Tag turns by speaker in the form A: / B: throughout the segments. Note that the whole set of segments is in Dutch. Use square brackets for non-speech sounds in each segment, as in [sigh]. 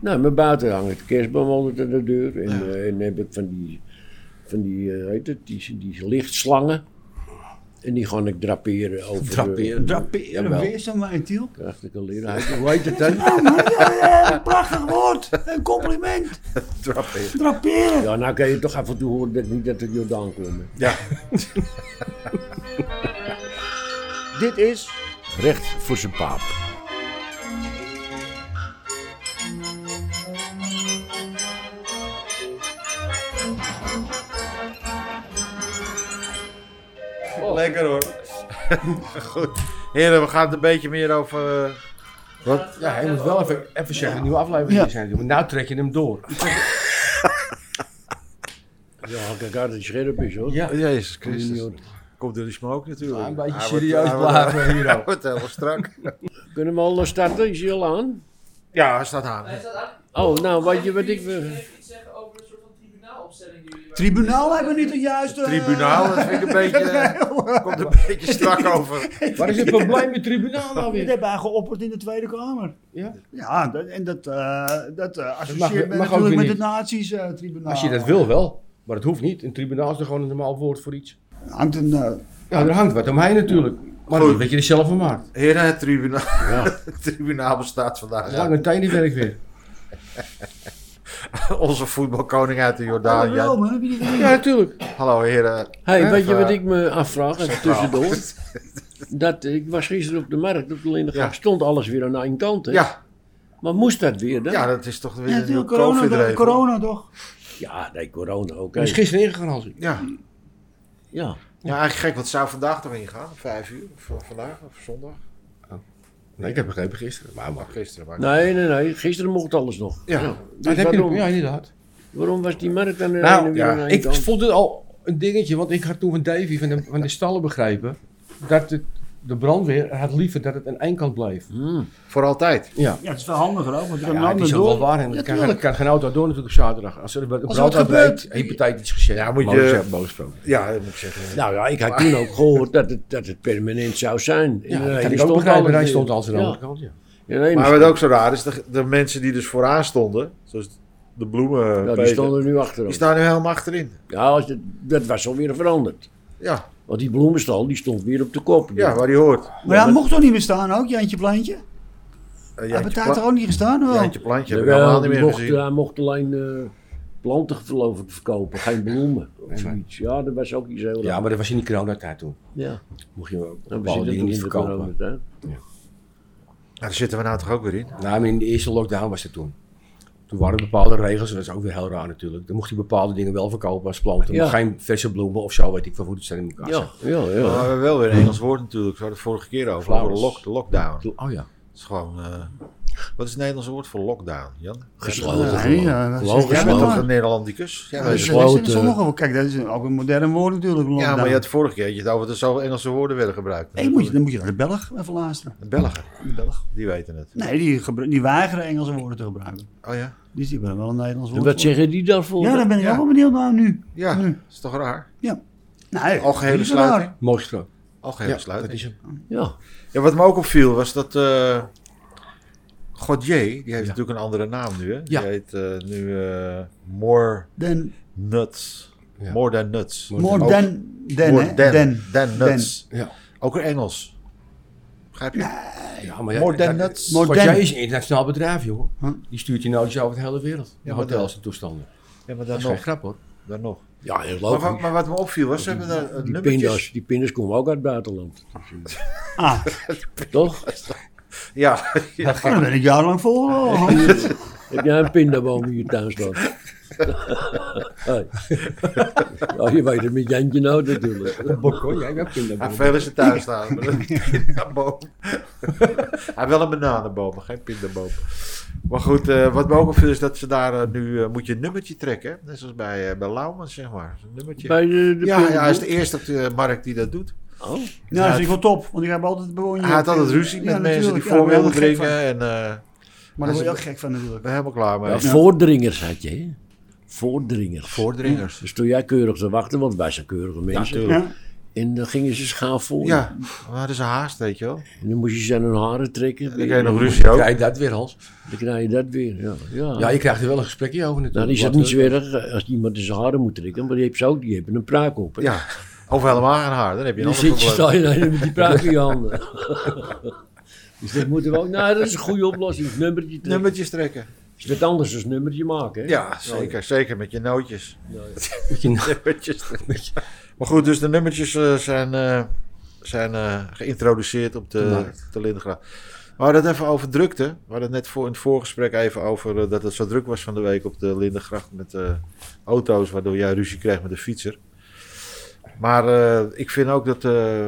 A: Nou, maar buiten hangt kerstboom altijd aan de deur. En, eh, en dan heb ik van die, van die eh, heet het, die, die lichtslangen. En die ga ik draperen over...
B: Eh,
C: Draperen?
A: Ja,
B: Draperen,
A: wel.
B: weer zo'n wijntiel.
A: Prachtige leraar. Hoe heet het dan?
B: Een prachtig woord, een [laughs] compliment.
C: Draperen.
B: Draperen.
A: Ja, nou kan je toch af en toe horen dat ik niet uit de Jordaan kom. hè.
C: Ja.
A: [laughs] Dit is Recht voor zijn paap.
C: Lekker hoor. Goed. Heren, we gaan het een beetje meer over... eh,
D: Want, ja, hij moet wel even, even zeggen, nieuwe aflevering
B: Ja.
D: zijn. Want nou trek je hem door.
A: Ja, kijk uit dat het scherp is hoor.
D: Ja.
C: Jezus Christus. Komt door die smoke natuurlijk.
D: Ja, een beetje
C: Hij
D: serieus
C: wordt- hij wordt- [laughs]
D: blijven, Hero.
C: Hij wordt helemaal strak.
A: Kunnen we al nog starten? Is hij al aan?
C: Ja, hij staat aan.
A: Oh, nou, weet je wat ik...
E: even iets zeggen over een soort van tribunaalopstelling die jullie
B: Tribunaal hebben we niet de juiste...
C: Tribunaal, dat vind ik een beetje... eh, Komt een beetje strak over.
D: Waar is het probleem met tribunaal nou
B: Dit
D: weer?
B: hebben wij geopperd in de Tweede Kamer.
D: Ja?
B: Ja, dat, en dat, eh dat eh
D: mag-
B: associeert men
D: mag ook
B: natuurlijk met
D: weer
B: het eh, nazi's-tribunaal.
D: Als je dat wil wel, maar het hoeft niet. Een tribunaal is toch gewoon een normaal woord voor iets.
B: Hangt een... eh,
D: Ja, er hangt wat omheen natuurlijk. Maar
C: Goed.
D: niet wat je er zelf van maakt.
C: Heren, het tribunaal,
A: Ja.
C: [laughs] het tribunaal bestaat vandaag.
D: Lange tijdenwerk weer.
C: Onze voetbalkoning uit de
B: Rome,
C: Jordaan. Ja.
B: hebben jullie gezien?
D: Ja, natuurlijk.
C: Hallo heren.
A: hey,
C: Even-
A: weet je wat
D: eh,
A: ik me afvraag, even tussendoor?
D: nou.
A: [laughs] Dat, ik was gisteren op de markt op de Lindengraaf,
C: Ja.
A: stond alles weer aan één kant. Hè?
C: Ja,
A: Maar moest dat weer dan?
C: ja, dat is toch weer
B: Ja,
C: een nieuwe
B: natuurlijk, corona,
C: covid
B: toch- corona toch?
A: Ja, nee, corona, oké.
D: Hij is gisteren ingegaan als ik.
C: Ja.
A: Ja.
C: ja, eigenlijk gek. Wat zou vandaag toch ingaan? Vijf uur? Of vandaag? Of zondag?
D: Nee, ik heb begrepen gisteren. Maar maar.
C: Gisteren. Maar...
A: Nee, nee, nee, gisteren mocht alles nog.
C: Ja.
A: Dus
D: Dat heb je
A: waarom,
D: nog. Ja, inderdaad.
A: waarom was die markt aan de ene
D: Nou,
A: weer aan
D: ja,
A: één
D: ik
A: kant?
D: vond het al een dingetje, want ik had toen van Davy van de, van de stallen begrepen dat het, de brandweer had liever dat het aan één kant bleef.
A: Hmm.
C: Voor altijd.
D: Ja.
B: Ja, het is wel handiger ook, want er
D: Ja,
B: kan een
D: het is
B: ander
D: ook wel
B: door.
D: waar. En
B: Ja,
D: dat kan,
B: tuurlijk.
D: kan geen auto door natuurlijk op zaterdag. Als er een
B: wat
D: brand
B: gebeurt-
D: uitbreekt, hypothetisch gezegd.
C: Ja, moet
D: mooi
C: je-
D: gezegd, mooi gesproken.
C: Ja, dat moet ik zeggen.
A: Nou ja, ik had toen ook gehoord dat het, dat het permanent zou zijn.
D: Ja,
A: En
D: dat
A: hij
D: kan ik ook
A: alles
D: begrijpen. Hij
A: weer.
D: stond als een
A: Ja.
D: andere kant, ja.
A: Ja, nee,
C: Maar wat ook zo raar is, de, de mensen die dus vooraan stonden, zoals de bloemen,
A: Ja, die
C: Peter,
A: stonden nu achterom.
C: die staan nu helemaal achterin.
A: Ja, als het- dat was alweer veranderd.
C: Ja,
A: Want die bloemenstal die stond weer op de kop.
C: ja waar die hoort. Eh,
B: Maar ja, mocht toch niet meer staan ook, Jantje Plantje?
C: Uh,
B: Hij heeft daar toch ook niet gestaan? of wel?
C: Jantje Plantje heb ik
A: Jawel,
C: helemaal
A: die
C: niet meer
A: Eh, mocht,
C: gezien.
A: hij mocht alleen eh, planten geloof ik verkopen, geen bloemen. Of zoiets. Ja, dat was ook iets heel
D: Ja,
A: raar.
D: maar dat was in die coronatijd toen.
A: Ja.
D: Mocht je wel
A: En we
D: bepaalde
A: zitten niet
D: dingen niet
A: in de
D: verkopen.
A: coronatijd.
C: Nou, daar zitten we nou toch ook weer in?
D: Nou, maar in de eerste lockdown was dat toen. Toen waren er bepaalde regels, en dat is ook weer heel raar natuurlijk. Dan mocht je bepaalde dingen wel verkopen als planten, maar
A: Ja.
D: geen verse bloemen of zo, weet ik van hoe het zijn in elkaar.
A: Ja,
D: zat.
A: ja,
C: Maar we
A: ja.
C: hebben wel weer een Engels woord natuurlijk. We hadden het vorige keer over, over
A: Flowers.
C: de lock, de lockdown.
D: Oh ja.
C: Het is gewoon. eh, wat is het Nederlandse woord voor lockdown, Jan?
A: Gesloten.
B: Nee, ja, dat
A: Gewoon
B: zeg jij
C: Jij
A: Gesloten.
C: bent
B: maar.
C: toch een Nederlandicus? Ja,
B: Ja, dus
C: weet
B: dat is-
C: je.
B: dat is in
A: Gesloten.
B: sommige- Kijk, dat is ook een modern woord natuurlijk.
C: ja, maar
B: lockdown.
C: je had vorige keer had je het over dat zoveel Engelse woorden werden gebruikt.
B: Hey, moet je, dan moet je naar de Belg even luisteren.
C: De Belgen,
B: De Belg.
C: die weten het.
B: Nee, die, gebru- die weigeren Engelse woorden te gebruiken.
C: Oh ja?
B: Dus die hebben wel een Nederlands
A: En
B: woord.
A: wat zeggen die daarvoor?
B: Ja, daar ben ik
C: Ja.
B: ook wel benieuwd naar nu.
C: Ja,
B: Nee.
C: dat is toch raar?
B: Nee,
C: Algehele
B: dat is
C: sluiting.
B: raar.
D: Mooi gesproken.
C: Algehele sluiting.
D: dat is hem.
A: Ja.
C: Ja, wat me ook opviel was dat. eh Godier, die heeft natuurlijk een andere naam nu. Hè?
D: Ja.
C: Die heet eh, nu eh More
B: Dan,
C: Nuts.
D: Ja.
C: More Than Nuts.
B: more
C: Ook-
B: than, than,
C: more
B: hè?
C: than,
B: Than.
C: than Nuts.
D: Ja.
C: Ook in Engels. Begrijp je?
D: Ja, maar
C: More than
D: dat-
C: nuts.
D: Scottië
B: More than-
D: is een internationaal bedrijf, joh.
B: Huh?
D: Die stuurt je nootjes over de hele wereld.
C: Ja, maar
D: hotels en toestanden.
C: Ja, maar
D: Dat
C: dan
D: is geen
C: nog.
D: grap, hoor.
C: Dan nog.
A: Ja, heel
C: Maar,
A: logisch.
C: wat- maar wat me opviel was, ze hebben daar eh,
A: Die
C: nummertjes.
A: pindas, die pindas komen ook uit het buitenland. Dus, eh,
B: Ah,
A: [laughs] Toch?
C: Ja,
B: ja, dan ben ik jarenlang Nou, volgehouden.
A: Heb jij een pindaboom in je tuin staan? Hey. Ja, je weet het met Jantje nou natuurlijk.
D: Bokko, jij hebt
C: Hij heeft
D: kinderboom.
C: veel in zijn [laughs] tuin staan. maar nou? een pindaboom. [laughs] Hij heeft wel een bananenboom, maar geen pindaboom. Maar goed, eh, wat me ook opviel is dat ze daar eh, nu... eh, moet je een nummertje trekken. hè? Net zoals bij, eh bij Lauwman, zeg maar. Een nummertje.
A: Bij de, de
C: ja, ja,
A: pindaboom?
C: hij is de eerste op de eh, markt die dat doet.
A: Oh.
B: Ja, dat vind ik wel top, want ik heb altijd bewoners.
C: Hij had altijd ruzie met mensen die voor wilden drinken. En eh
B: Maar daar word je ook gek van natuurlijk.
C: ben helemaal klaar mee.
A: Ja, voordringers had je, hè? Voordringers.
C: Voordringers.
A: Dus toen jij keurig te wachten, want wij zijn keurige mensen.
C: natuurlijk.
B: Ja,
A: En dan gingen ze schaaf voor.
C: Ja, we hadden ze haast, weet je wel.
A: En dan moest je ze aan hun haren trekken.
C: En ik kreeg nog ruzie ook.
D: Krijg je dat weer, Hans?
A: Dan krijg je dat weer. Ja, ja.
D: Ja, je krijgt er wel een gesprekje over natuurlijk.
A: dan is het
D: Wat,
A: niet zo
D: eh,
A: erg als iemand zijn haren moet trekken, maar die hebben ze ook, die hebben een pruik op. hè.
C: Ja, of helemaal geen haar, dan heb je
A: En
C: een
A: [laughs] dan
C: ander
A: zit je,
C: probleem.
A: sta je daar met die pruik in je handen. dus dat moeten we ook, nou dat is een goede oplossing, het nummertje trekken.
C: Nummertjes trekken.
A: Is wat anders dan nummertje maken, hè?
C: Ja, zeker. Zeker met je nootjes.
D: met je na-
C: Nummertjes trekken. Maar goed, dus de nummertjes eh, zijn, eh, zijn eh, geïntroduceerd op
D: De
C: de,
D: markt.
C: de Lindegraaf. We hadden het even over drukte. We hadden het net voor, in het voorgesprek even over eh, dat het zo druk was van de week op de Lindengracht met eh, auto's, waardoor jij ruzie kreeg met de fietser. Maar eh, ik vind ook dat eh,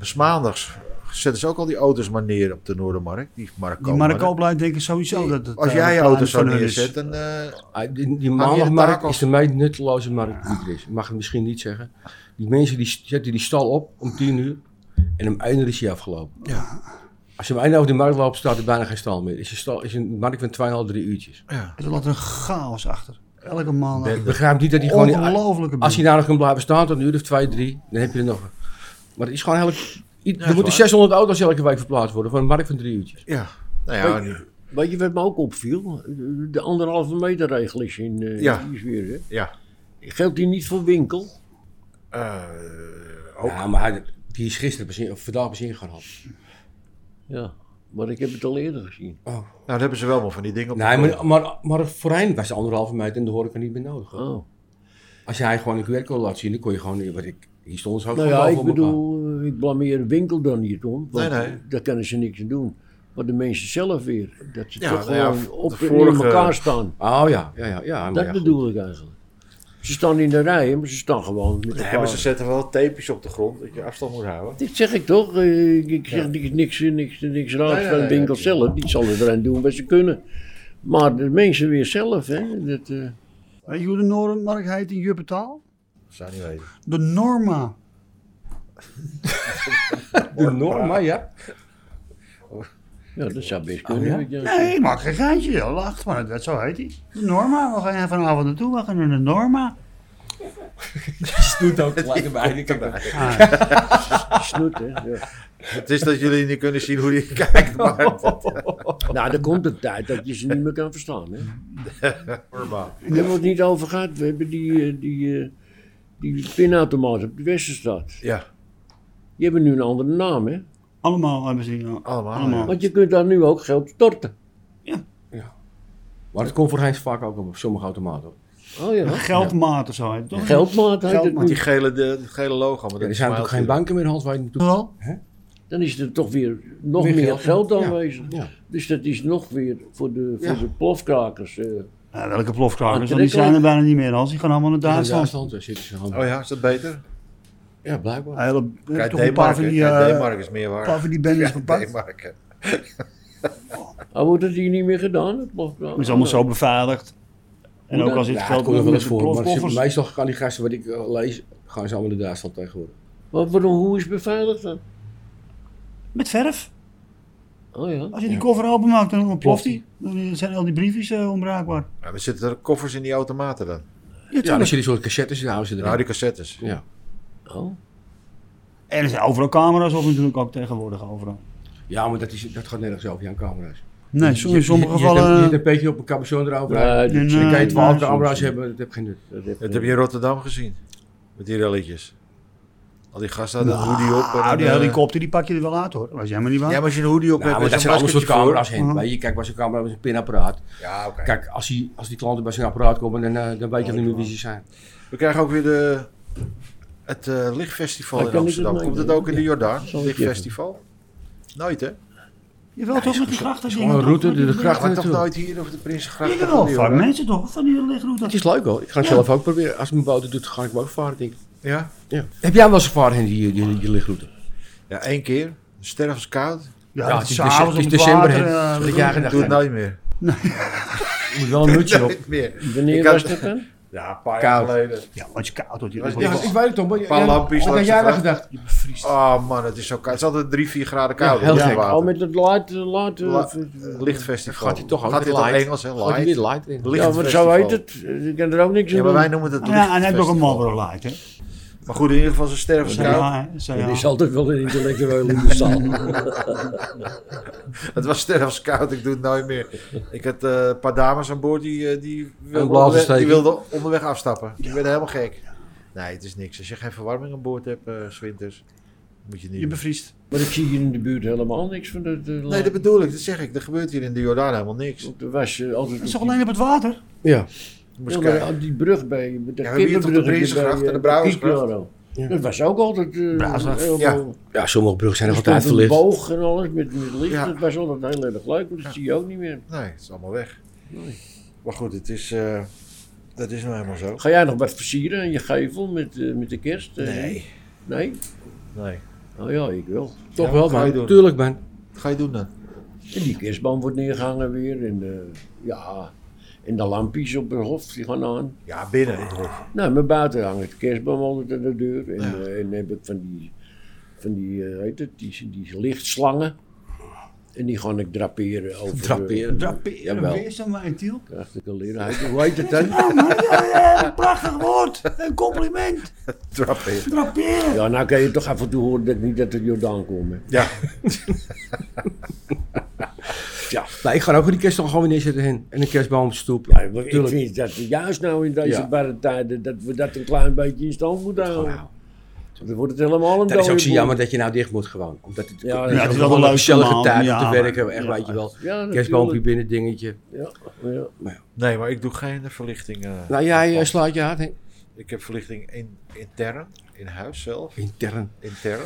C: s maandags zetten ze ook al die auto's maar neer op de Noordermarkt. Die Marco.
B: Die Marco blijft denken sowieso dat het...
C: Als
B: eh,
C: jij je
B: plan
C: auto zo
B: van hun is.
C: neerzet, dan... eh,
D: Ah, [laughs] Die, die
C: Hang je de
D: maandagmarkt
C: takel?
D: is de meest nutteloze markt die er is. Ik mag het misschien niet zeggen. Die mensen die zetten die stal op om 10 uur en om 1 uur is hij afgelopen.
B: Ja.
D: Als je om 1 uur over de markt loopt, staat er bijna geen stal meer. Is een, stal, is een markt van 2,5, 3 uurtjes.
B: Het laat een chaos achter. Elke man.
D: Ik begrijp niet dat die gewoon... niet-
B: Ongelooflijke
D: Als je
B: bende.
D: daar nog kunt blijven staan tot een uur of twee, drie, dan heb je er nog. Maar het is gewoon eigenlijk. i-
C: is
D: er moeten
C: waar.
D: 600 auto's elke week verplaatst worden voor een markt van drie uurtjes.
C: Ja. Nou ja,
A: Weet je wat me ook opviel? De anderhalve meter regel is in eh,
C: Ja.
A: die is weer, hè?
C: ja.
A: Geldt die niet voor winkel?
C: Eh, ook.
D: Ja, maar hij- die is gisteren bezien, of vandaag bezien gehad.
A: Ja, maar ik heb het al eerder gezien.
C: Nou, dan hebben ze wel maar van die dingen op.
D: Nee, maar, maar, maar voorheen was de anderhalve meter en de horeca niet meer nodig. hoor.
A: Oh.
D: Als jij gewoon een QR-code laat zien, dan kon je gewoon. Wat ik, hier stond ze ook
A: Nou
D: gewoon
A: ja,
D: boven
A: ik
D: elkaar.
A: bedoel, eh, ik blameer de winkel dan niet om. Want
C: Nee, nee.
A: daar kunnen ze niks aan doen. Maar de mensen zelf weer. Dat ze
C: Ja,
A: toch
C: nou ja,
A: gewoon
C: de
A: op en in
C: vorige-
A: elkaar staan.
D: Oh ja, ja, ja. ja maar
A: Dat
D: ja, goed.
A: bedoel ik eigenlijk. Ze staan in de rij, maar ze staan gewoon met
C: Nee,
A: elkaar.
C: maar ze zetten wel tapejes op de grond, dat je afstand moet houden.
A: Dit zeg ik toch? Eh, Ik ik zeg niks, niks, niks, niks raars
D: Nee, nee,
A: van de
D: nee,
A: winkel
D: nee.
A: zelf. Die zullen eraan doen wat ze kunnen. Maar de mensen weer zelf, hè? Dat, eh,
B: Weet je hoe de Noordermarkt heet in Juppentaal?
C: Dat zou je niet weten.
B: De Norma.
D: De norma, [laughs] ja.
A: ja, dat zou
C: Ah,
A: best
D: Oh, ja?
A: kunnen. weet je.
B: Nee, ik maak geen geintje. joh. Lacht maar, dat, zo heet hij. De Norma. We gaan er vanavond naartoe. We gaan naar de Norma.
D: Ze doet ook gelijk erbij. Ik heb-
B: Ah,
A: Snoet, hè? Ja.
C: Het is dat jullie niet kunnen zien hoe je [laughs] kijkt, maar...
A: Nou, er komt een tijd dat je ze niet meer kan verstaan, hè?
C: Norma.
A: Daar hebben we het niet over gehad. We hebben die, eh, die, eh, die pinautomaat op de Westerstad.
C: Ja,
A: Die hebben nu een andere naam, hè?
B: Allemaal hebben eh, ze hier.
C: allemaal.
B: Allemaal.
A: Want je kunt daar nu ook geld storten.
D: Maar dat komt voorheen vaak ook op sommige automaten.
A: Oh ja.
B: Geldmaat of zo heet het toch?
A: Geldmaat heet het
B: Geldmaat.
C: Die
A: nu.
C: gele, de, het gele logo. Maar
D: Ja,
C: dat
D: er
C: is
D: zijn
C: maar
D: natuurlijk geen
C: altijd-
D: banken meer, Hans, waar je naartoe
B: Wel?
A: Dan is er toch weer nog
D: Weer
A: meer
D: geld.
A: geld,
D: Ja.
A: aanwezig.
D: Ja.
A: Dus dat is nog weer voor de, voor
C: Ja.
A: de plofkrakers. eh.
B: Ja, welke plofkrakers? Want die
A: Aantrekkelijk.
B: zijn er bijna niet meer. Als die gaan allemaal naar
D: In
B: Duitsland.
D: Duitsland, daar zitten ze gewoon.
C: Oh ja, is dat beter?
D: Ja, blijkbaar.
B: Hele,
C: Kijk,
B: toch een paar van
C: D-marken.
B: die,
C: Kijk,
B: eh,
C: D-marken is meer
B: een
C: waar.
B: paar van die bendes
C: Kijk,
B: gepakt.
C: D-marken.
A: Maar wordt het hier niet meer gedaan, het Nou,
B: Het
A: plofkraken?
B: is allemaal zo beveiligd. En ook al zit het
D: Ja,
B: geld
D: het komt
B: nog
D: er wel
B: met
D: eens
B: de
D: voor. Maar ze-
B: plofkoffers.
D: meestal gaan die gasten, wat ik eh, lees, gaan ze allemaal in Duitsland tegenwoordig.
A: Maar waarom, hoe is het beveiligd dan?
B: Met verf.
A: Oh ja.
B: Als je die koffer openmaakt, dan ontploft die. Dan zijn al die briefjes eh, onbruikbaar.
C: Ja, maar zitten er koffers in die automaten dan?
D: Ja, dan zie je die soort cassettes, die houden ze erin.
C: Nou, die cassettes.
D: Ja.
A: Oh.
B: En er zijn overal camera's op natuurlijk ook tegenwoordig overal.
D: ja, maar dat, is, dat gaat nergens over, Jan Camera's.
B: Nee,
D: Je-
B: soms
D: je-
B: in sommige
D: je- je zet een- Je
B: gevallen...
D: zit een beetje op een capuchon erover.
A: Ja,
D: uit.
A: dit-
B: Nee,
D: Dus dan kan je
B: nee,
D: twaalf
B: nee,
D: camera's
B: soms-
D: hebben, dat heeft geen nut.
A: dat heeft-
C: Dat heb je in Rotterdam gezien. Met die relletjes. Al die gasten hadden een hoodie op. en
B: Ah,
C: een,
B: die
C: eh,
B: helikopter die pak je er wel uit hoor. Dat was helemaal niet waar.
C: Ja, maar als je een hoodie op
D: Nou,
C: hebt,
D: maar
C: met
D: dat
C: zo'n
D: zijn allemaal soort
C: maskertje voor-
D: camera's heen. Weet je, kijk, was een camera, was een pinapparaat.
C: Ja, oké.
D: Kijk, als die, als die klanten bij zijn apparaat komen, dan, eh, dan weet je niet meer wie ze zijn.
C: We krijgen ook weer de, het eh, lichtfestival
A: Daar
C: in
A: kan ik
C: Amsterdam.
A: het mee
C: Komt het
A: doen.
C: ook in de Jordaan,
A: Zal
C: het
A: ik
C: lichtfestival? Nooit, hè?
B: Jawel, toch met die grachten.
D: gewoon een route, de gracht-
C: Maar toch
D: naartoe.
C: nooit hier of de Prinsengracht? of in
B: Jawel,
C: de
B: vaak
C: Jordaan?
B: mensen toch van die lichtroute.
D: Het is leuk hoor. Ik ga het
B: Ja.
D: zelf ook proberen. Als mijn boot het doet, ga ik hem ook varen, denk ik.
C: Ja?
D: Ja. Heb jij wel eens gevaren, Henry, je, je, je lichtroute?
C: ja, één keer. Stervenskoud.
B: Ja,
D: Ja,
B: dat is
D: het is
B: s'avonds
D: dece-
B: op
D: het
B: het
D: is
B: water.
D: december, hè.
B: eh,
D: Dat jij
C: Ik
D: gedacht
C: doe het
D: hebt.
C: nooit meer.
D: Je moet nou. wel een nutje op.
C: Nooit meer.
A: Wanneer
C: Ik had-
A: was dat dan?
C: Ja, een paar
D: Koud.
C: jaar geleden.
B: Ja, want je koud wordt
C: Ja,
B: hier.
D: Ja, ik weet het toch. maar-
C: Een paar
D: ja,
C: lampjes
D: Wat had
C: langs
D: jij
C: de
D: dan
C: vracht.
D: gedacht?
C: Oh man, het is zo koud. Het is altijd 3, 4 graden koud.
D: heel
C: in het
D: gek. Oh,
C: water.
A: Al Oh, met het laat, laat,
C: La-
A: eh,
C: lichtfestival.
D: Gaat hij toch ook
C: Gaat
D: weer
C: dit op
D: light?
C: Engels, hè?
D: Gooi die
C: Light.
D: weer light in.
C: Licht-
A: Ja, maar zo heet het. Ik kan er ook niks
C: Ja,
A: aan
C: maar
A: doen.
C: wij noemen het
B: Ja, en hij heeft ook een
C: lichtfestival.
B: Marlboro Light hè.
C: Maar goed, in ieder geval, ze sterven
B: Zo
C: scout.
B: ja, zo ja.
A: Er is altijd wel een intellectueel
C: [laughs]
A: in de zaal.
C: Het was sterfskoud, ik doe het nooit meer. Ik had eh, een paar dames aan boord die, eh, die, wilden
D: blazen
C: onderweg, die
D: steken.
C: wilden onderweg afstappen. Die werden helemaal gek. Nee, het is niks. Als je geen verwarming aan boord hebt, eh, s winters, moet je niet.
B: Je bevriest.
A: Maar ik zie hier in de buurt helemaal niks van dat. eh,
C: nee,
A: land.
C: dat bedoel ik, dat zeg ik. Er gebeurt hier in de Jordaan helemaal niks. Je
A: Want Er was eh, altijd.
B: Dat is toch
A: op die-
B: alleen op het water?
D: Ja.
C: Moest
A: ja, maar
C: kijken.
A: aan die brug bij. met De
C: Ja,
A: ja,
C: we hebben hier toch de Prinsengracht en de Brouwersgracht?
D: Ja.
A: eh, Dat was ook altijd. eh,
B: Brouwersgracht,
A: helemaal-
D: Ja, sommige bruggen zijn
A: Er
D: nog
A: stond
D: altijd
A: een
D: verlicht.
A: boog en alles met, met licht.
C: Ja.
A: Dat was altijd heel erg leuk, maar dat zie je ook niet meer.
C: Nee, het is allemaal weg. Maar goed, het is, eh, dat is nou helemaal zo.
A: Ga jij nog wat versieren aan je gevel met, eh, met de kerst? eh? Nee?
C: Nee.
A: Oh ja, ik wel.
D: Toch
C: Ja,
D: wel,
C: wat ga je
D: man.
C: doen?
D: Tuurlijk, man.
C: Wat ga je doen dan?
A: En die kerstboom wordt neergehangen weer. En, eh, ja. en de lampjes op het hof die gaan aan.
C: Ja, binnen. in het hof.
A: Nou, mijn buiten hangt de kerstboom altijd aan de deur. En,
C: Ja.
A: eh, en dan heb ik van die, van die, eh, hoe heet het, die, die lichtslangen. En die ga ik draperen over...
D: Draperen.
B: Draperen,
A: Jawel.
B: weer zo'n wijntiel.
A: Krijg ik een leraar. Hoe heet het dan?
B: Oh man, ja, ja, een prachtig woord. Een compliment.
C: [laughs] Trap in.
B: Draperen.
A: Ja, nou kan je toch af en toe horen dat ik niet uit de Jordaan kom. hè.
C: Ja,
D: Ja. Nee, ik ga Nou, ook die kerstboom gewoon weer neerzetten heen. En een kerstboom op de stoep.
A: Maar ik
D: Tuurlijk.
A: vind dat we juist nou in deze
D: Ja.
A: barre tijden, dat we dat een klein beetje in stand moeten houden.
D: Nou,
A: Dan wordt het helemaal een
D: dat is ook
A: dode
D: zo
A: boel.
D: jammer dat je nou dicht moet gewoon. Omdat het,
A: Ja, ja,
D: het
A: het is
D: ook
B: wel
D: gewoon
B: een leuk
D: gezellige
B: verhaal,
D: tijd om
B: ja,
D: te werken.
B: maar-
D: Echt,
B: ja.
D: weet je wel.
A: Ja, natuurlijk.
D: Kerstboompje binnen, dingetje.
A: Ja, ja.
C: nee, maar ik doe geen verlichting. eh,
D: Nou, jij eh, slaat je hart heen.
C: Ik heb verlichting in, intern, in huis zelf,
D: Intern.
C: intern.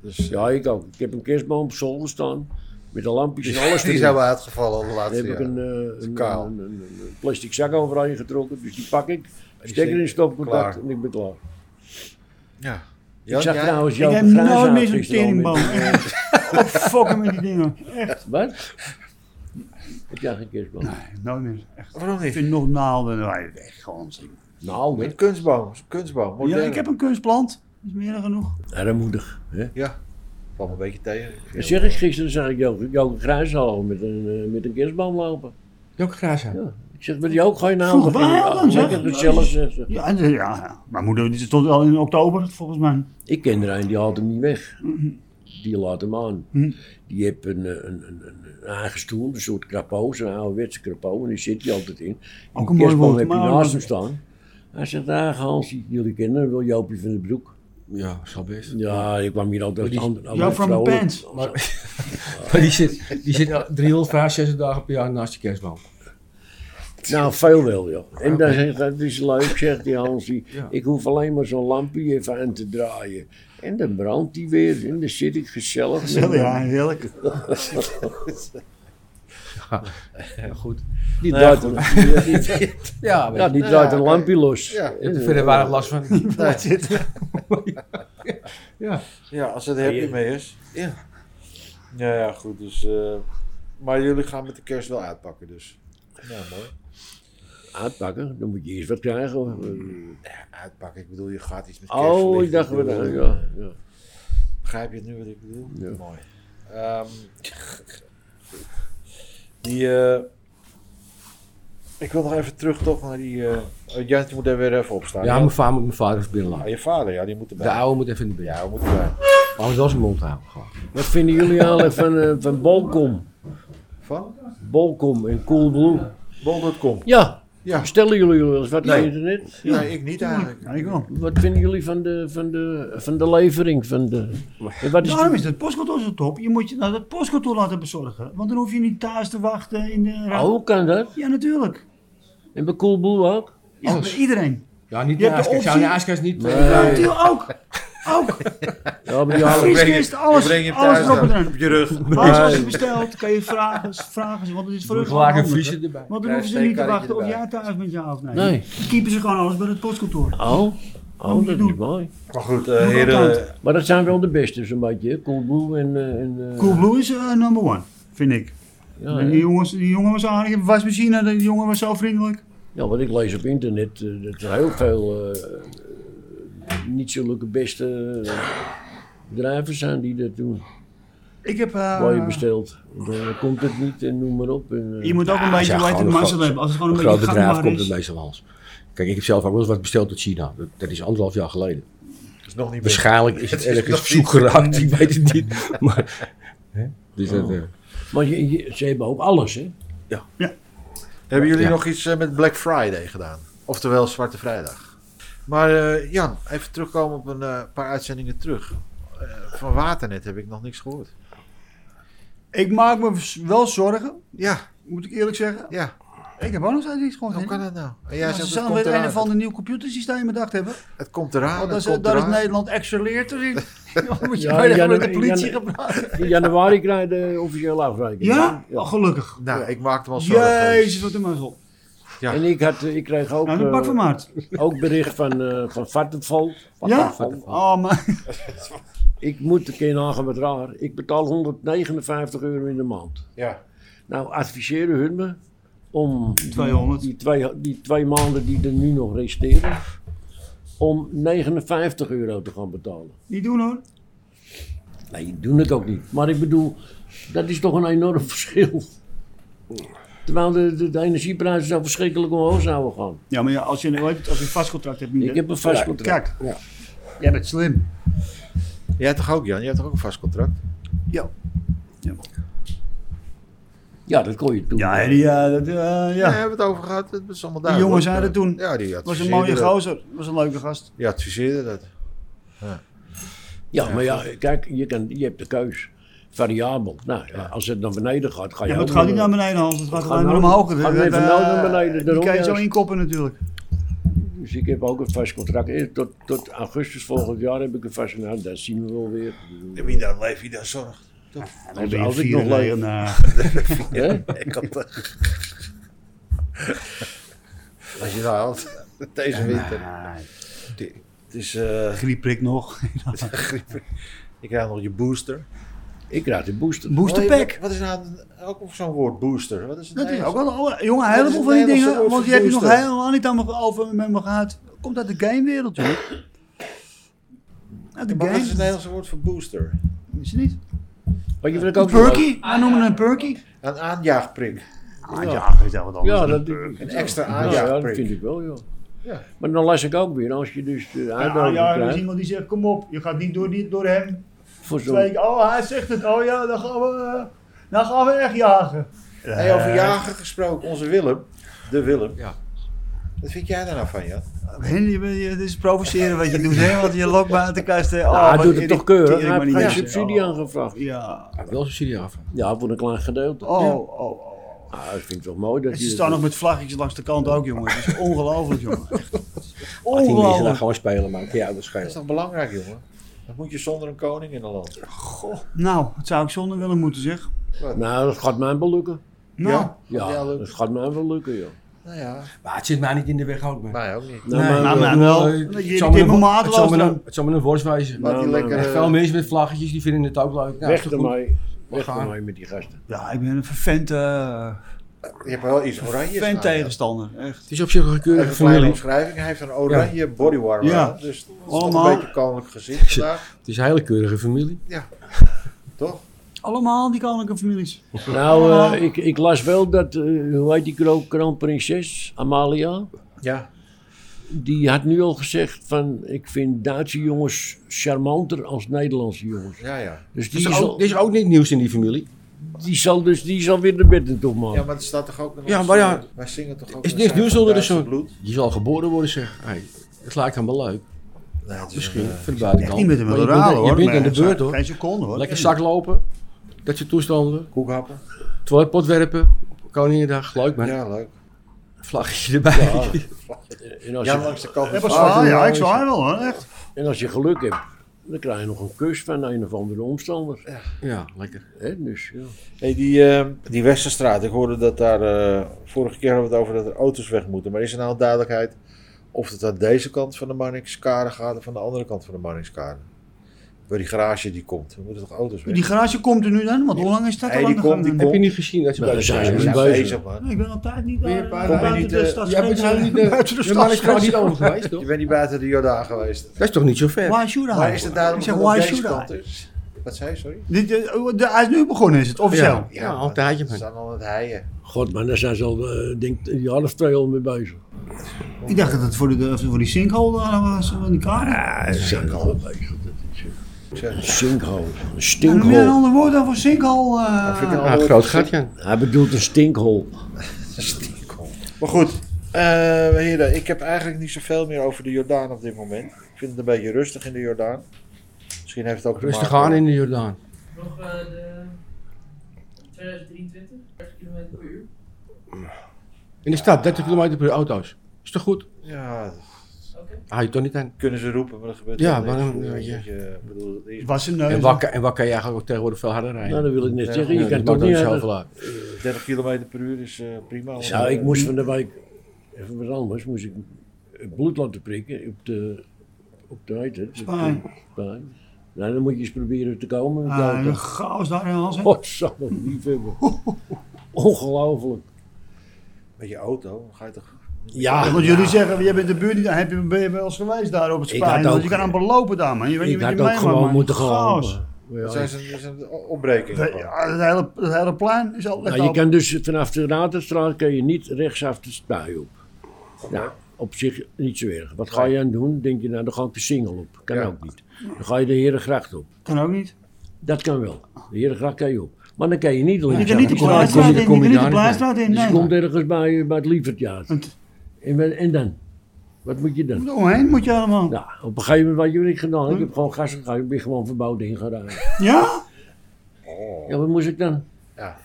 C: Dus
A: ja, ik ook. Ik heb een kerstboom op zolder staan, met de lampjes en alles
C: alles die
A: erin.
C: zijn wel uitgevallen de
A: Daar
C: laatste
A: heb ik
C: jaar.
A: een, eh, een,
C: kaal.
A: een, een- een plastic zak overheen getrokken, dus die pak ik,
C: die
A: steek erin,
C: steek-
A: stopcontact
C: klaar.
A: en ik ben klaar.
C: Ja.
A: ik zag nou-
C: ja,
A: trouwens
B: Ik
A: Joop
B: heb
A: de Graas
B: nooit meer zo'n eh.
A: gisteren al met-
B: teringboom. Op fokken met die dingen. Echt.
A: Wat? Nou, Heb jij geen kerstboom?
B: Nee, nooit meer. Echt.
C: Waarom
B: Ik
C: niet?
B: vind nog naalden. Nee, echt gewoon zin.
A: Nou, hè.
C: Een kunstboom, kunstboom.
B: Ja,
C: modern.
B: ik heb een kunstplant. Dat is meer dan genoeg.
A: armoedig. Hè?
C: Ja, kwam een beetje tegen. Ik
A: Dat
C: vind-
A: zeg ik gisteren, zag ik Joke, Joke Grijshal met een, eh, met een kerstboom lopen.
D: Welke graas aan?
A: Ja. Ik zeg, maar Joke, ga je nou?
B: Vroeger waren we dan,
A: Lekker
B: zeg.
A: gezellig, zegt ze.
B: Ja, en de- ja, ja. mijn moeder die stond al in oktober, volgens mij.
A: Ik ken er een, die haalt hem niet weg. Die laat hem aan.
B: Mhm.
A: Die heeft een, eh, een, een, een, een eigen stoel, een soort krapoos, een ouderwetse krapoos. En daar zit hij altijd in. En
B: Ook
A: die
B: een mooi
A: kerstboom
B: woord,
A: heb je
B: maar-
A: naast hem staan. Hij zegt, ah Hansie, jullie kennen hem wel Joopje van de Broek.
D: Ja, zal best.
A: Ja, ik kwam hier altijd
D: Die-
A: aan.
B: Joop van de Pants.
D: Maar, maar die zit, die zit nou 365 dagen per jaar naast je kerstboom.
A: [laughs] Nou, veel wel, joh. En dan zegt hij, dat is leuk, zegt die Hansie.
D: Ah, Ja.
A: Ik hoef alleen maar zo'n lampje even aan te draaien. En dan brandt die weer en dan zit ik gezellig. met
B: Zelf,
A: hem.
B: ja, heerlijk.
D: Ja, goed.
A: Die
C: Nee,
A: draait, een,
C: goed.
D: [laughs]
A: die-
D: Ja, weet
A: ja,
D: je.
A: die
C: Ja,
A: draait een
C: oké.
A: lampje los.
C: Ja.
D: Je hebt er verder weinig last van.
B: Dat zit.
D: Ja.
C: Ja, als het happy
A: Ja.
C: mee is. Ja. Ja, ja, goed. Dus, eh, maar jullie gaan met de kerst wel uitpakken, dus. Ja, mooi.
A: Uitpakken, dan moet je eerst wat krijgen. hoor.
C: Uitpakken, ik bedoel, je gaat iets met kerst
A: Oh, ik dacht wel. Ja,
C: verlichten doen.
A: ja, ja.
C: Begrijp je het nu wat ik bedoel?
A: Ja.
C: Mooi. Ehm, die, eh, ik wil nog even terug toch naar die... eh oh, Jantje moet er weer even opstaan.
D: ja, mijn vader moet mijn vader even binnen
C: Ah,
D: laten.
C: je vader, ja, die moet erbij.
D: De oude moet even in de binnen.
C: Ja, we moeten erbij.
D: Maar moet wel zijn mond houden. Gewoon.
A: Wat vinden jullie eigenlijk van, eh, van Bolcom?
C: Van?
A: Bolcom en Coolblue.
C: Bol.com.
A: Ja,
C: Ja.
A: stellen jullie wel eens wat
C: Nee.
A: op internet?
C: Nee, ik niet eigenlijk.
B: Ja, ik wel.
A: Wat vinden jullie van de, van de, van de levering? Van de, en wat is
B: Dus Daarom
A: die-
B: is het postkantoor zo top. Je moet je naar het postkantoor laten bezorgen. Want dan hoef je niet thuis te wachten in de rij.
C: Nou,
A: Oh, hoe kan dat?
B: Ja, natuurlijk.
A: En bij Coolblue ook?
B: Ja,
D: Alles.
B: bij iedereen.
D: Ja, niet
B: Je
D: de
B: hebt de
D: aaskast. Ja,
B: optie-
D: de aaskast niet.
A: Nee.
D: eh,
B: Ja, natuurlijk ook. Ook.
A: Ja, maar die
B: Ja,
A: halen-
B: Fries
C: breng je-
B: wist alles.
C: breng je hem
B: alles
C: thuis
B: erop en
C: dan,
B: eraan.
C: op je rug.
B: Waar ze alles besteld, kan je vragen, vragen ze, want het is voor
D: Doe
B: hun
D: gelijk een
B: handig, hè.
D: Friese erbij.
B: Want dan
C: Daar
B: hoeven ze
C: steek
B: niet te
C: karretje
B: wachten of
C: erbij.
B: jij thuis bent ja of nee.
A: Nee.
B: Dan kiepen ze gewoon alles bij het postkantoor.
A: Oh, oh, dat is mooi.
C: Maar goed,
B: Doe
C: eh
B: dat
C: heren.
A: Maar dat zijn wel de beste zo'n beetje, hè? Coolblue en... eh, en eh,
B: Coolblue is eh, number one, vind ik.
A: ja,
B: die,
A: ja.
B: jongens, die jongen was aardig, de wasmachine, die jongen was zo vriendelijk.
A: Ja, wat ik lees op internet, eh, dat er heel veel eh, eh, niet zulke beste eh, bedrijven zijn die dat doen.
B: Ik heb... eh,
A: Waar je bestelt, dan komt het niet en noem maar op. En, eh,
B: je moet ook een
D: ja,
B: beetje
D: gewoon
B: weten
D: een
B: mazzel
D: groot-
B: hebben. Als het gewoon
D: Een
B: een
D: groot
B: beetje
D: bedrijf
B: gangbaar
D: komt
B: is.
D: het meestal wel eens. Kijk, ik heb zelf ook wel eens wat besteld uit China. Dat, dat is anderhalf jaar geleden.
C: Dat is nog niet meer.
D: Waarschijnlijk is [laughs] het
C: Het is nog
D: ergens zoek
C: niet-
D: geraakt, ik weet het niet. [laughs] Maar, hè? Dus dat, eh,
A: Maar je, je- ze hebben ook alles, hè?
C: Hebben jullie
D: Ja.
C: nog iets eh, met Black Friday gedaan? Oftewel Zwarte Vrijdag. Maar eh, Jan, even terugkomen op een eh, paar uitzendingen terug. Eh, van Waternet heb ik nog niks gehoord.
B: Ik maak me s- wel zorgen,
C: Ja,
B: moet ik eerlijk zeggen.
C: ja.
B: Ik heb ook nog steeds iets gewoon.
C: Hoe kan
B: Ja,
C: dat nou? En jij
B: ze
C: zegt, het
B: zullen
C: komt
B: weer een
C: eraan.
B: of ander nieuw computersysteem bedacht hebben.
C: Het komt eraan.
B: Want
C: het
B: als,
C: komt
B: daar is
C: eraan.
B: Nederland excelleert erin. [laughs] Dan moet je
A: Ja,
B: bijna
A: Jan-
B: met de politie
A: Jan-
B: gaan praten.
A: In januari krijg je de officiële afreiking.
B: Ja? Oh, gelukkig.
C: Nou, ik maak hem al zorgen.
B: Jezus, wat een mazzel.
C: Ja.
A: En ik, had, eh, ik kreeg ook,
B: Nou, een pak
A: eh,
B: van maart.
A: ook bericht van, eh van Vattenfall.
B: Ja?
A: Vattenfall.
B: Oh, maar... [laughs]
A: Ik moet een keer nagaan wat raar. Ik betaal 159 euro in de maand.
C: Ja.
A: Nou, adviseren hun me om die-
B: 200.
A: Die, twee, die twee maanden die er nu nog resteren, om 59 euro te gaan betalen.
B: Niet doen hoor.
A: Nee, die doen het ook niet. Maar ik bedoel, dat is toch een enorm [laughs] verschil. Terwijl de, de, de energieprijzen zo verschrikkelijk omhoog zouden gaan.
B: Ja, maar ja, als je, hoe heet het, als je een vast contract hebt...
A: Ik heb een vast contract.
B: Kijk, jij bent slim.
C: Jij toch ook, Jan? Jij hebt toch ook een vast contract?
B: Ja.
A: Ja, dat kon je toen.
B: Ja, en die, eh, dat, eh,
C: Ja, we
B: ja.
C: hebben het over gehad. Het is allemaal
B: Die
C: duidelijk.
B: jongen zei dat toen.
C: Ja,
B: was
C: die
B: een
C: adviseerde
B: mooie
C: dat.
B: gozer. Was een leuke gast.
C: Die adviseerde dat.
A: Ja, maar ja, kijk, je, kan, je hebt de keus. Variabel. Nou, ja, als het naar beneden gaat, ga je.
B: Ja, maar het
A: ook
B: gaat
A: naar-
B: niet naar beneden, Hans. Het gaat
A: eh, Gaat
B: alleen maar
A: nou-
B: omhoog.
A: gaat
B: Dat,
A: even
B: eh,
A: nou naar beneden,
B: Die
A: daarom
B: kan je zo
A: juist.
B: inkoppen natuurlijk.
A: Dus ik heb ook een vast contract. Eh, Tot, tot augustus volgend jaar heb ik een vast contract. Dat zien we wel weer. Ik bedoel,
C: Wie daar leeft, wie daar [laughs] zorgt.
A: Als, als ik nog leef.
B: eh,
A: [laughs] hè?
C: Ik had Als je nou haalt, deze winter. Die- Het is, eh,
B: Griepprik nog.
C: je krijgt nog je booster.
A: Ik raad de booster.
B: Booster
C: Hoi,
B: pack.
C: Wat is nou een- ook zo'n woord, booster? Wat is het
B: Dat is ook
C: Nederlands?
B: wel alle, jongen, een
C: Dat is
B: heleboel
C: het
B: van die
C: Nederlandse
B: dingen.
C: woord
B: Want die
C: voor
B: heb je nog
C: booster.
B: helemaal niet aan me, over met me gehad. Komt uit de gamewereld, joh. Uit de
C: Maar wat
B: game.
C: is het Nederlandse woord voor booster?
B: Is het niet?
A: Weet je wat ik
B: Een
A: ook nog-
B: perky? Wij noemen het een perky.
C: Een aanjaagprik.
B: Ah, ja, dat is wel wat
A: Ja, dat,
C: Een extra
A: ja, ja, dat
C: aanjaagprik.
A: vind ik wel, ja.
C: Ja.
A: Maar dan las ik ook weer, als je dus de
B: Ja,
A: uitnodiging
B: ja, er is
A: krijgt
B: iemand die zegt, kom op, je gaat niet door, die, door hem.
A: voor zo'n...
B: Twee keer, oh, hij zegt het, oh ja, dan gaan we, eh, dan gaan we echt jagen.
C: Hey, over jagen gesproken, Eh, onze Willem. De Willem.
D: Ja.
C: Wat vind jij daar nou van, Jan?
B: Het is provoceren wat je doet, hè, want je lokt buiten kasten. Oh,
A: Ah,
B: wat
A: hij doet het
B: irriteer
A: toch keurig.
B: ik
A: Hij
B: me
A: heeft
B: niet
A: geen
B: eens.
A: subsidie
B: Oh.
A: aangevraagd.
B: Ja.
D: hij heeft wel subsidie af.
A: Ja, voor een klein gedeelte.
B: Oh, oh, oh.
A: Ah, dat vind ik wel mooi dat
B: En
A: je
B: ze
A: dat
B: staan
A: doet.
B: nog met vlaggetjes langs de kant ook, jongen. Dat is
D: [laughs]
B: ongelooflijk, jongen. Echt.
D: Die mensen daar
B: Ongelooflijk.
D: gewoon spelen, maar ja, dat
C: Dat is
D: schijnt.
C: toch belangrijk, jongen? Dat moet je zonder een koning in een land.
B: Goh, nou, wat zou ik zonder willen moeten, zeg.
A: Nou, dat gaat mij wel lukken.
B: Nou,
C: Ja.
A: Ja,
C: Ja, leuk.
A: dat gaat mij wel lukken, joh.
C: Nou ja,
D: Maar het zit mij niet in de weg ook, man.
C: mij ook niet.
A: Nou,
D: Nee,
A: maar-
B: maar
D: ik
B: mij
D: bedoel,
B: wel.
D: eh,
B: Dat
D: het
B: je
D: zal me
B: dit
D: een
B: me
D: wo-
B: maatloos
D: het zal me een-
B: laat.
D: Het zal me een worst wijzen.
A: Maar
C: Laat die
A: maar-
C: lekker...
D: Er zijn
C: eh,
D: veel mensen met vlaggetjes, die vinden het ook leuk. Nou,
A: nou, Weg
D: is goed.
A: ermee. Weg
D: gaan.
A: ermee met die gasten.
B: ja, ik ben een vervent, eh,
C: Je hebt wel iets oranje.
B: vervent tegenstander. Echt.
D: Het is op zich een
C: Even
D: keurige
C: een kleine
D: familie.
C: omschrijving. Hij heeft een oranje bodywarmer
B: Ja.
C: aan. Dus het is toch
B: Allemaal.
C: een beetje koninklijk gezicht vandaag.
D: Het is een hele keurige familie.
C: Toch?
B: Allemaal die koninklijke families.
A: Nou, eh, ik, ik las wel dat, eh, hoe heet die kro- kroonprinses, Amalia,
C: Ja.
A: die had nu al gezegd van, ik vind Duitse jongens charmanter als Nederlandse jongens.
C: Ja, ja.
A: Dus die,
D: Er is,
A: zal,
D: ook, er is ook niet nieuws in die familie.
A: die, zal, dus, die zal weer de bedden toch maken.
C: Ja, maar het staat toch ook... in
D: Ja,
C: ons,
D: maar ja,
C: eh, Wij zingen toch ook...
D: is
C: we
D: niks
C: zijn
D: nieuws
C: van
D: onder de
C: Duitse
D: zon.
C: bloed.
D: Je zal geboren worden, zeg. Hey, het lijkt hem wel leuk.
C: Nee, het is
D: Misschien,
C: een, eh,
D: van de buitenkant.
B: Niet met hem
D: Maar
B: willen
D: je bent-
B: ralen, hoor.
D: Je bent
B: maar
D: aan de
B: geen-
D: beurt, hoor.
B: Geen seconde, hoor.
D: Lekker zaklopen. Dat je toestanden.
C: koekhappen.
D: Toiletpot werpen. op Koninginnedag. Leuk, man.
C: Ja, leuk.
D: Vlaggetje erbij.
A: En, als
C: Jan
A: je,
C: langs de kant.
B: Ik was zwaar, Ah, ja, ik zwaar wel, hoor. Echt.
A: en als je geluk hebt, dan krijg je nog een kus van een of andere omstander.
D: Ja, lekker.
A: Hè, dus, ja.
C: Hey, die, eh, die Westerstraat, ik hoorde dat daar. eh, vorige keer hadden we het over dat er auto's weg moeten. Maar is er nou duidelijkheid of het aan deze kant van de Marnixkade gaat of aan de andere kant van de Marnixkade? Waar die garage die komt. Er moeten toch auto's weg?
B: Die garage komt er nu dan, want hoe lang is dat
C: Hey,
B: al
C: die
B: aan de
C: komt,
B: gang?
C: die
D: Heb je niet gezien dat ze
A: Nou,
D: bij de
A: daar
C: We
A: zijn
D: zijn?
C: zijn
A: bezig.
C: bezig, man.
B: Nee, Ik ben altijd niet
D: Ben je
B: daar,
D: een paar
B: eh,
D: dagen
B: buiten
C: niet,
B: de
C: eh,
D: Jij bent
B: stadsgrens.
D: zo niet
B: eh, [laughs]
D: de,
B: buiten de
D: je man is
B: stadsgrens.
D: trouwens niet over geweest, toch?
C: Je bent niet buiten de Jordaan geweest.
D: Dat is toch niet zo ver?
B: Why should I?
C: Maar is het duidelijk
B: Nou, ik
C: dat
B: zeg,
C: het aan
B: why should
C: deze kant
B: I?
C: is? Wat zei je, sorry?
B: Dit, eh, de- hij is nu begonnen, is het officieel?
D: Ja.
C: maar
D: al een tijdje,
C: Ze
D: man.
C: staan al aan het heien.
A: God, maar daar zijn ze al, eh, denk ik, een jaar of twee al mee bezig.
B: Ik dacht dat het voor, de, voor die sinkhole daar was, van die kaart.
A: Ah, een sinkhole. weet je wel, dat is, eh, Een sinkhole. Een
B: En noem je een
A: stinkhole.
B: ander woord dan voor sinkhole? eh?
D: Ja, een groot gatje.
A: Hij bedoelt een stinkhole.
C: Maar goed, eh, heren, ik heb eigenlijk niet zoveel meer over de Jordaan op dit moment. Ik vind het een beetje rustig in de Jordaan. Misschien heeft het ook te
D: Rustig
C: maken-
D: aan in de Jordaan.
E: Nog eh, de 2023, 30 km per uur.
D: In de stad, 30 km per uur auto's. Is toch goed?
C: Ja,
E: Oké.
D: Haal Ah, je toch niet aan.
C: kunnen ze roepen, maar dat gebeurt
D: Ja,
C: toch niks.
D: waarom-
C: Eh,
D: weet je.
C: weet je, ik bedoel, er is-
B: Was een neus.
D: En wat, kan- en wat kan je eigenlijk ook tegenwoordig veel harder rijden?
A: Nou, dat wil ik net
C: Ja,
A: zeggen. Je
D: Ja,
A: kan
D: dat
A: toch
D: maakt
A: niet
D: ook
A: harder-
D: zoveel uit.
C: 30 km per uur is eh, prima.
A: Nou, ik moest van de wijk, even wat anders, moest ik bloed laten prikken op de, op de heet het?
B: Spaan.
A: Spaan. Nou, dan moet je eens proberen te komen. met de
B: Ah,
A: auto. [laughs]
B: een chaos daar in Hansen.
A: God, zal het lief hebben. Ongelooflijk.
C: Met je auto, dan ga je toch...
B: Ja,
A: Ja,
B: want jullie zeggen, jij bent de buurt niet, heb je, ben je wel eens geweest daar op het
A: Ik
B: Spaan?
A: had
B: Want
A: ook-
B: je kan aan belopen daar, man. Je weet
A: ik
B: niet wat
A: had
B: je
A: ook
B: meemaakt,
A: gewoon eh.
B: man.
A: moeten
B: Chaos.
A: geholpen.
C: Dat
A: Ja,
C: is een, dat is een ontbreking.
B: De-
C: gewoon.
B: ja, Het hele, het hele plein is altijd
A: Nou, je
B: open.
A: kan dus vanaf de Ratenstraat kan je niet rechtsaf de spui op. Nou, op zich niet zo erg. Wat ga je aan doen? Denk je, nou, dan ga ik de single op. Kan
C: Ja.
A: ook niet. Dan ga je de Herengracht op.
B: Kan ook niet.
A: Dat kan wel. De Herengracht kan je op. Maar dan kan je niet links.
B: Je kan niet de
D: kom je- kom
B: Pleinstraat
D: je-
B: in, je
D: kom
B: kan
D: je
B: niet
D: daar
B: de
D: niet
B: Pleinstraat in.
A: Dus je
B: Nee,
A: komt ergens bij, bij het Lievertjaar.
B: Want-
A: En, we- en dan? Wat moet je dan?
B: man. Omheen moet je allemaal.
A: Nou, op een gegeven moment, wat heb ik gedaan? Ik heb gewoon gas gegeven. Ik ben gewoon verbouwd ingeruimd.
B: Ja?
C: Oh.
A: Ja, wat moest ik dan?
C: Ja.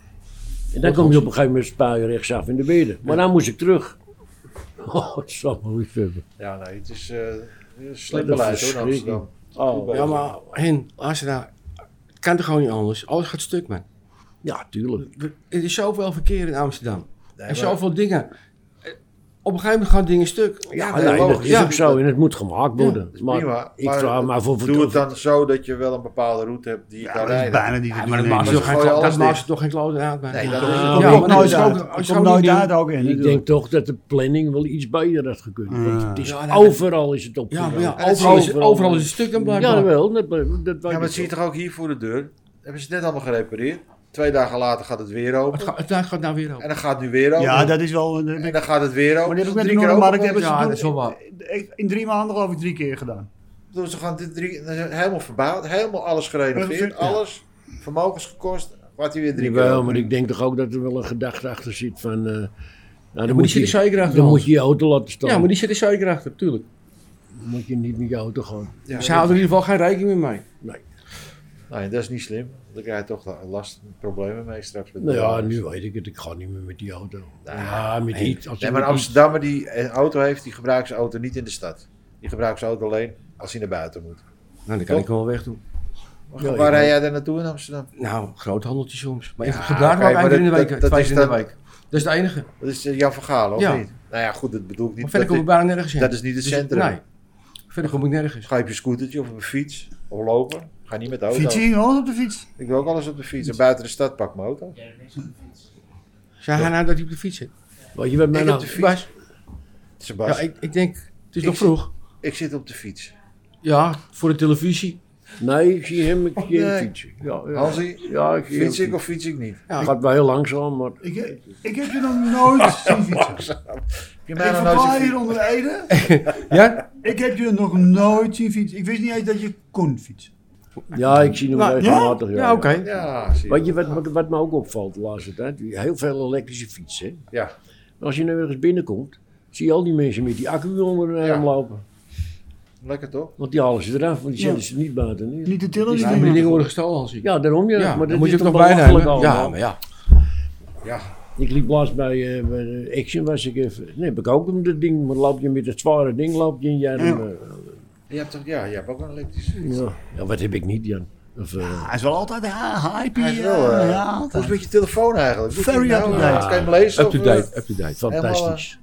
A: En dan kom je op een gegeven moment spuien rechtsaf in de beden. Maar dan moest ik terug. [laughs] Oh, het zal me lief hebben.
C: Ja, nee, het is eh een
A: Wat
C: slim
A: een
C: beleid hoor, in
A: verschrikking.
C: Amsterdam. Goed
A: Oh,
C: bezig.
D: Ja, maar Hen, luister nou. Het kan toch gewoon niet anders? Alles gaat stuk, man.
A: ja, tuurlijk.
D: We- Er is zoveel verkeer in Amsterdam.
C: Nee,
D: en
C: maar-
D: zoveel dingen. Eh, Op een gegeven moment gaan dingen stuk.
A: Ja,
D: dat
A: nee,
D: logisch.
A: dat is
D: Ja.
A: ook zo en het moet gemaakt worden.
C: is
A: maar
C: prima,
A: ik vraag maar voor
C: Doe het
A: vertrouwen.
C: dan zo dat je wel een bepaalde route hebt die je kan
B: Dat is
C: rijden.
B: bijna niet te
D: Ja,
B: doen.
D: maar dat
B: nee.
D: maakt ze
C: maar
D: toch
C: ze
D: geen
C: gooien
D: klo- dat
C: alles
D: maakt
C: dicht.
D: ze toch geen klote uit, man.
C: Nee,
D: Ja.
C: dat is-
B: Dat
C: Ja,
B: komt
D: maar
B: ook nooit
D: dat is ook-
B: uit.
D: dat
B: Dat
D: is
B: komt
D: ook
B: nooit
D: niet
B: uit ook in.
A: Ik
B: natuurlijk.
A: denk toch dat de planning wel iets beter had gekund. Want
B: Ja.
A: het is
D: Ja, nee,
A: overal is het op.
D: Ja, maar ja,
C: En het
D: overal, is,
A: is overal-
D: overal is het stuk dan blijkbaar.
A: ja wel. Dat, dat
C: Ja,
A: weet
C: maar
A: ik
C: dat zie je toch ook hier voor de deur? Hebben ze het net allemaal gerepareerd? Twee dagen later gaat het weer open.
D: Het, gaat, het gaat nou weer
C: En
D: open.
C: dan gaat het nu weer open.
B: Ja, dat is wel.
C: eh, En dan gaat het weer open.
B: Maar dit heb ik met
C: Drie
B: de
C: keer
B: Noordermarkt
C: open.
B: hebben ze
D: Ja,
B: toen-
D: dat is wel waar.
B: ik- in drie maanden geloof ik drie keer gedaan.
C: Dus ze gaan dit drie, dan zijn ze helemaal verbouwd, helemaal alles gerenoveerd,
B: Ja.
C: alles, vermogens gekost, gaat hij weer drie keer
A: Jawel,
C: open.
A: maar ik denk toch ook dat er wel een gedachte achter zit van... eh, nou, dan
D: Maar
A: moet
D: die zit er
A: je,
D: zeker achter.
A: dan
D: Hans.
A: moet je je auto laten staan.
D: Ja, maar die zit er zeker achter, tuurlijk.
A: Dan moet je niet met je auto gaan.
C: Ja,
D: Ze houden er in ieder geval geen rekening mee.
C: Nee, dat is niet slim. Dan krijg je toch last, problemen mee straks. Met
A: Nou ja,
C: de-
A: nu weet ik het. Ik ga niet meer met die auto.
D: Nou,
A: ja, met iets. Als
C: Nee,
A: ik
C: maar een
A: met iets-
C: Amsterdammer die een auto heeft, die gebruikt zijn auto niet in de stad. Die gebruikt zijn auto alleen als hij naar buiten moet.
D: Nou, dan kan
C: Toch?
D: ik hem wel wegdoen.
C: Maar
A: Ja,
C: waar
A: ja.
C: rij jij daar naartoe in Amsterdam?
D: Nou, groot handeltje soms. Maar even
C: Ja,
D: gedragen
C: oké,
D: maar
C: maar
D: één keer in de
C: dat-
D: week. eh,
C: dat- dat
D: twee
C: is
D: keer in de
C: dan-
D: week. Dat is het enige.
C: Dat is eh, Jan van Galen, of
D: Ja.
C: niet? Nou ja, goed, dat bedoel ik
D: Maar
C: niet.
D: verder
C: dat
D: kom ik
C: dit-
D: bijna nergens in.
C: dat is niet het
D: Dus-
C: centrum.
D: Nee. Verder kom ik nergens.
C: Ga je op je scootertje of op een fiets of lopen? Ga niet met de auto.
B: Fiets je wel op de fiets?
C: Ik doe ook alles op de fiets. En buiten de stad pak ik mijn auto.
E: Ja, niks op de fiets.
D: Zou hij nou dat hij op de fiets zit?
A: Weet je wat mij
C: Ik
A: nou...
C: op de fiets.
D: Bas, ja,
C: Sebas, ik...
D: ik, ik denk, het is
C: Ik
D: nog
C: zit-
D: vroeg.
C: zit op de fiets.
D: Ja, voor de televisie.
A: Nee, ik zie hem ik
D: Oh,
A: zie hem
C: Nee.
A: fietsen. Ja, ja.
C: Hansie,
A: ja, ik zie hem
C: fiets ik
A: fietsen.
C: of fiets ik niet?
D: Ja,
A: Gaat wel heel langzaam, maar...
B: Ik, ik heb je nog nooit zien fietsen.
C: Oh, Heb je
B: Ik
C: mij nou nooit
B: verklaar
C: zien
B: hier
C: fietsen?
B: onder Ede.
D: ja?
B: Ik heb je nog nooit zien fietsen. Ik wist niet eens dat je kon fietsen.
A: Ja, ik zie hem
D: Nou,
A: regelmatig. Ja,
D: ja oké.
C: Ja, zie je.
A: Weet je wat, wat, wat me ook opvalt de laatste tijd? Heel veel elektrische fietsen. hè.
C: Ja.
A: Als je nou ergens binnenkomt, zie je al die mensen met die accu onder hun arm
C: Ja.
A: lopen.
C: Lekker toch?
A: Want die halen ze eraf, want die
B: Ja.
A: zetten ze niet buiten neer.
B: Niet te tillen, die
D: Ja, maar die dingen
B: dingen.
D: worden gestolen, Hansie.
A: Ja, daarom ja.
D: Ja,
A: maar
D: dan
A: dat
D: moet je
A: is
D: het nog
A: toch
D: bij
A: belachelijk
D: nemen. Ja,
A: allemaal?
D: maar ja.
A: Ik liep laatst bij, eh, bij de Action, was ik even. Nee, heb ik ook om dat ding. Maar loop je met het zware ding, loop je in je arm,
B: Ja.
A: eh,
C: Je hebt toch, ja, je hebt ook een elektrische.
A: ja. ja, wat heb ik niet, Jan? Of, eh,
B: Hij is wel altijd ja, hype.
C: Hij is wel,
B: ja,
C: eh,
B: ja,
C: Hoe is het
B: altijd.
C: met je telefoon eigenlijk? Doet
B: Very
C: die nou,
B: up-to-date.
C: eh, Kan je hem lezen? of, eh,
D: Up-to-date, up-to-date.
A: fantastisch.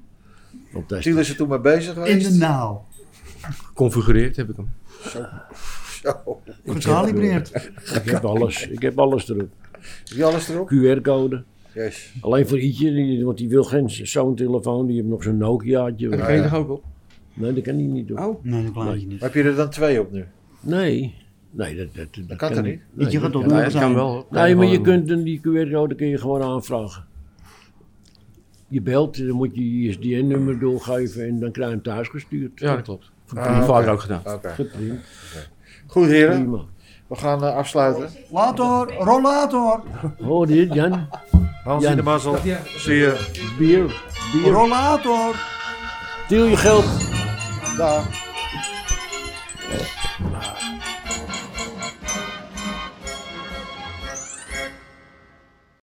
C: Ziel
A: Fantastisch.
C: is er toen mee
B: In
C: bezig geweest.
B: de nauw.
D: Configureerd heb ik hem.
C: Zo.
B: Gekalibreerd.
A: Ik heb alles, ik heb alles erop.
C: Heb je alles erop?
A: QR-code.
C: Yes.
A: Alleen voor Ietje, die- want die wil geen zo'n telefoon. Die heeft nog zo'n Nokiaatje.
D: Dat
A: Nee,
D: kan je toch ook op?
A: dat kan hij niet doen.
D: Oh.
B: Nee, dat plaatje niet.
C: Maar heb je er dan twee op nu?
A: Nee. Nee, dat, dat, dat,
C: kan toch niet?
A: Nee,
B: je
A: dat
B: gaat toch
A: kan
B: doen?
A: niet.
B: dat kan wel,
D: wel.
A: Nee, maar je kunt een- die QR-code kun je gewoon aanvragen. je belt, dan moet je je ISDN-nummer doorgeven en dan krijg je hem thuis gestuurd.
D: Ja, dat klopt. Dat
C: Ah,
D: heb ik vaak
C: oké.
D: ook gedaan.
C: Oké.
A: Geprint,
C: Goed heren,
A: prima.
C: we gaan eh, afsluiten.
B: Later, rollator.
A: Hoor je dit, Jan?
C: Hans
A: Jan.
C: in de mazzel. Zie je.
A: Bier, bier.
B: Rollator.
A: Deel je geld.
C: Dag.